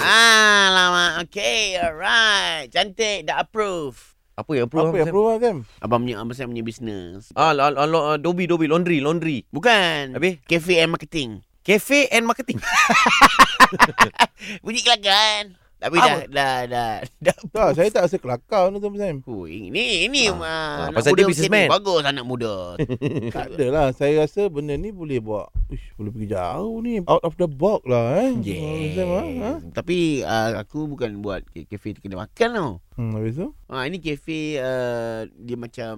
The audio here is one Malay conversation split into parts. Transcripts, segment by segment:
Ah, Okay, alright. Cantik, dah approve. Apa yang approve? Apa yang approve kan? Abang punya, abang saya punya business. Ah, la, la, la, dobi, dobi, laundry, laundry. Bukan. Habis? Cafe and marketing. Cafe and marketing. Bunyi kelakar. Tapi dah, dah, dah, dah. Tak, saya tak rasa kelakar ni Tuan Sam. Oh, ini, ini. Ah, ah, anak muda pasal dia macam ni. businessman. Bagus anak muda. Tak ada lah. Saya rasa benda ni boleh buat. Uish, boleh pergi jauh ni. Out of the box lah eh. Tuan Sam, ha? Ha? Yes. Tapi ah, aku bukan buat ke- kafe kedai makan tau. Hmm, habis tu? Ah, ini kafe ah, dia macam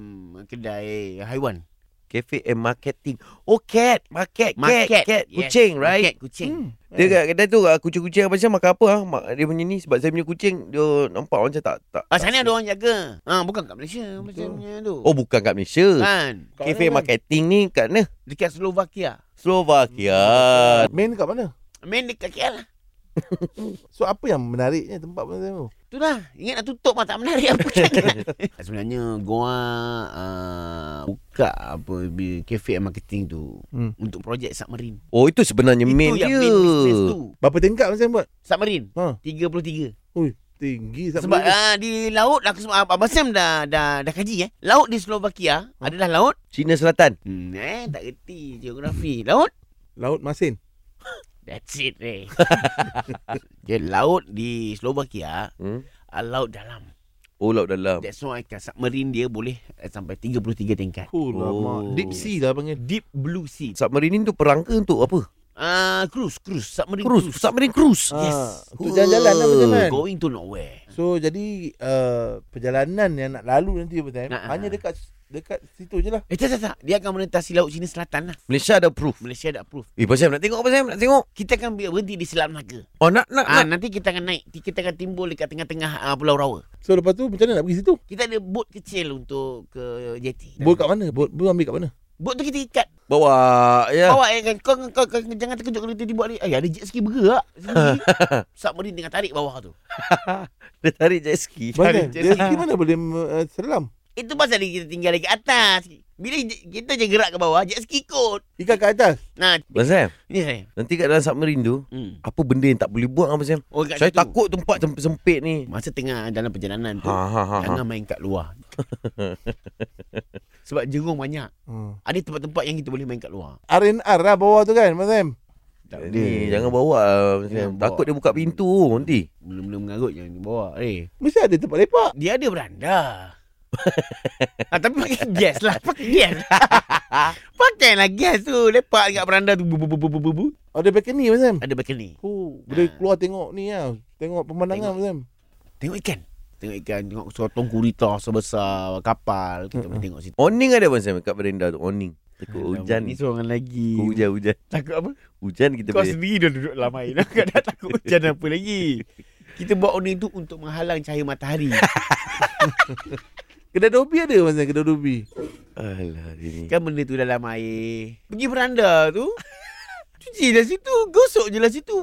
kedai haiwan. Cafe and marketing. Oh, cat. Market. Market. Cat, Market. cat. Yes. Kucing, right? Market kucing. Hmm. Dia kat kedai tu ah, kucing-kucing apa macam makan apa ah. Mak, dia punya ni sebab saya punya kucing dia nampak macam tak tak. Ah, sana ada orang jaga. Ah, bukan kat Malaysia. Malaysia punya tu. Oh bukan kat Malaysia. Kan. Kat Cafe mana, marketing ni kat mana? Dekat Slovakia. Slovakia. Main kat mana? I mean dekat KL lah. So apa yang menariknya tempat Tuan Sam tu? Itulah. Ingat nak tutup mah tak menarik apa kan. Sebenarnya gua uh, buka apa bi- cafe and marketing tu Hmm. untuk projek submarine. Oh itu sebenarnya main Itu yang dia. main business tu. Berapa tingkat Tuan Sam buat? Submarine. Ha. 33. Tinggi Sebab ah. boleh- uh, di laut aku sebab Abang Sam dah dah dah kaji eh. Laut di Ha. Slovakia adalah laut. Cina Selatan. Hmm, eh tak reti geografi. Laut Laut Masin. That's it eh. Dia laut di Slovakia Hmm? uh, laut dalam. Oh laut dalam. That's why kan submarine dia boleh uh, sampai 33 tingkat. Cool lah, Oh. mak. Deep sea lah panggil. Deep Blue Sea. Submarine ni untuk perang ke untuk apa? Ah uh, cruise, cruise, submarine Cruise, cruise. submarine cruise. Ah, Yes. Untuk jalan-jalan lah macam kan? Going to nowhere. So jadi uh, perjalanan yang nak lalu nanti apa time Nak, nah, hanya ah. dekat dekat situ je lah. Eh tak tak tak. Dia akan menentasi laut Cina Selatan lah. Malaysia ada proof. Malaysia dah approve. Eh pasal nak tengok apa saya nak tengok. Kita akan berhenti di Selat Melaka. Oh nak nak. Ah nak. nanti kita akan naik. Kita akan timbul dekat tengah-tengah uh, Pulau Rawa. So lepas tu macam mana nak pergi situ? Kita ada bot kecil untuk ke jeti. Bot kat mana? Bot, bot ambil kat mana? Bot tu kita ikat Bawa ya. Awak eh kan kau, kau, kau, kau jangan terkejut kalau tiba-tiba ada eh, ada jet ski bergerak. Sendiri. Submarine tengah tarik bawah tu. Dia tarik jet ski. Mana? Tarik jet Dia ski. pergi mana boleh uh, selam? Itu pasal dia kita tinggal lagi atas. Bila j- kita je gerak ke bawah, jet ski ikut. Ikan kat atas. Nah, Pasal ni saya. nanti kat dalam submarine tu Hmm. apa benda yang tak boleh buat apa saya? Oh, kat Saya situ. takut tempat sem- sempit ni. Masa tengah dalam perjalanan tu, Ha ha ha. ha. jangan main kat luar. Sebab jerung banyak. Hmm. Ada tempat-tempat yang kita boleh main kat luar. R&R lah bawah tu kan Mas Sam. Tak Ni boleh. jangan bawa lah, Jangan bawa. Takut dia buka pintu nanti Belum-belum mengarut jangan dibawa. Eh, Mesti ada tempat lepak. dia ada beranda. ah, tapi pakai gas lah. Pakai gas lah. Pakailah gas tu. Lepak dekat beranda tu. Bu, bu, bu, bu, bu, bu, bu. Ada Oh, balcony Mas Sam. Ada balcony. Oh, boleh keluar tengok ni lah. Tengok pemandangan Mas Sam. Tengok ikan. Tengok ikan. Tengok sotong gurita sebesar kapal. Kita boleh tengok situ. Awning ada Abang Sam kat veranda tu Awning Takut hujan Ni seorang lagi. Takut hujan hujan Takut apa? Hujan kita Kau boleh sendiri dah duduk lama ini. Kau dah takut hujan apa lagi. Kita buat order tu untuk menghalang cahaya matahari. Kedai dobi ada Mas Sam, kedai dobi. Alah dia ni Kan benda tu dalam air. Pergi beranda tu. Cuci lah situ. Gosok je lah situ.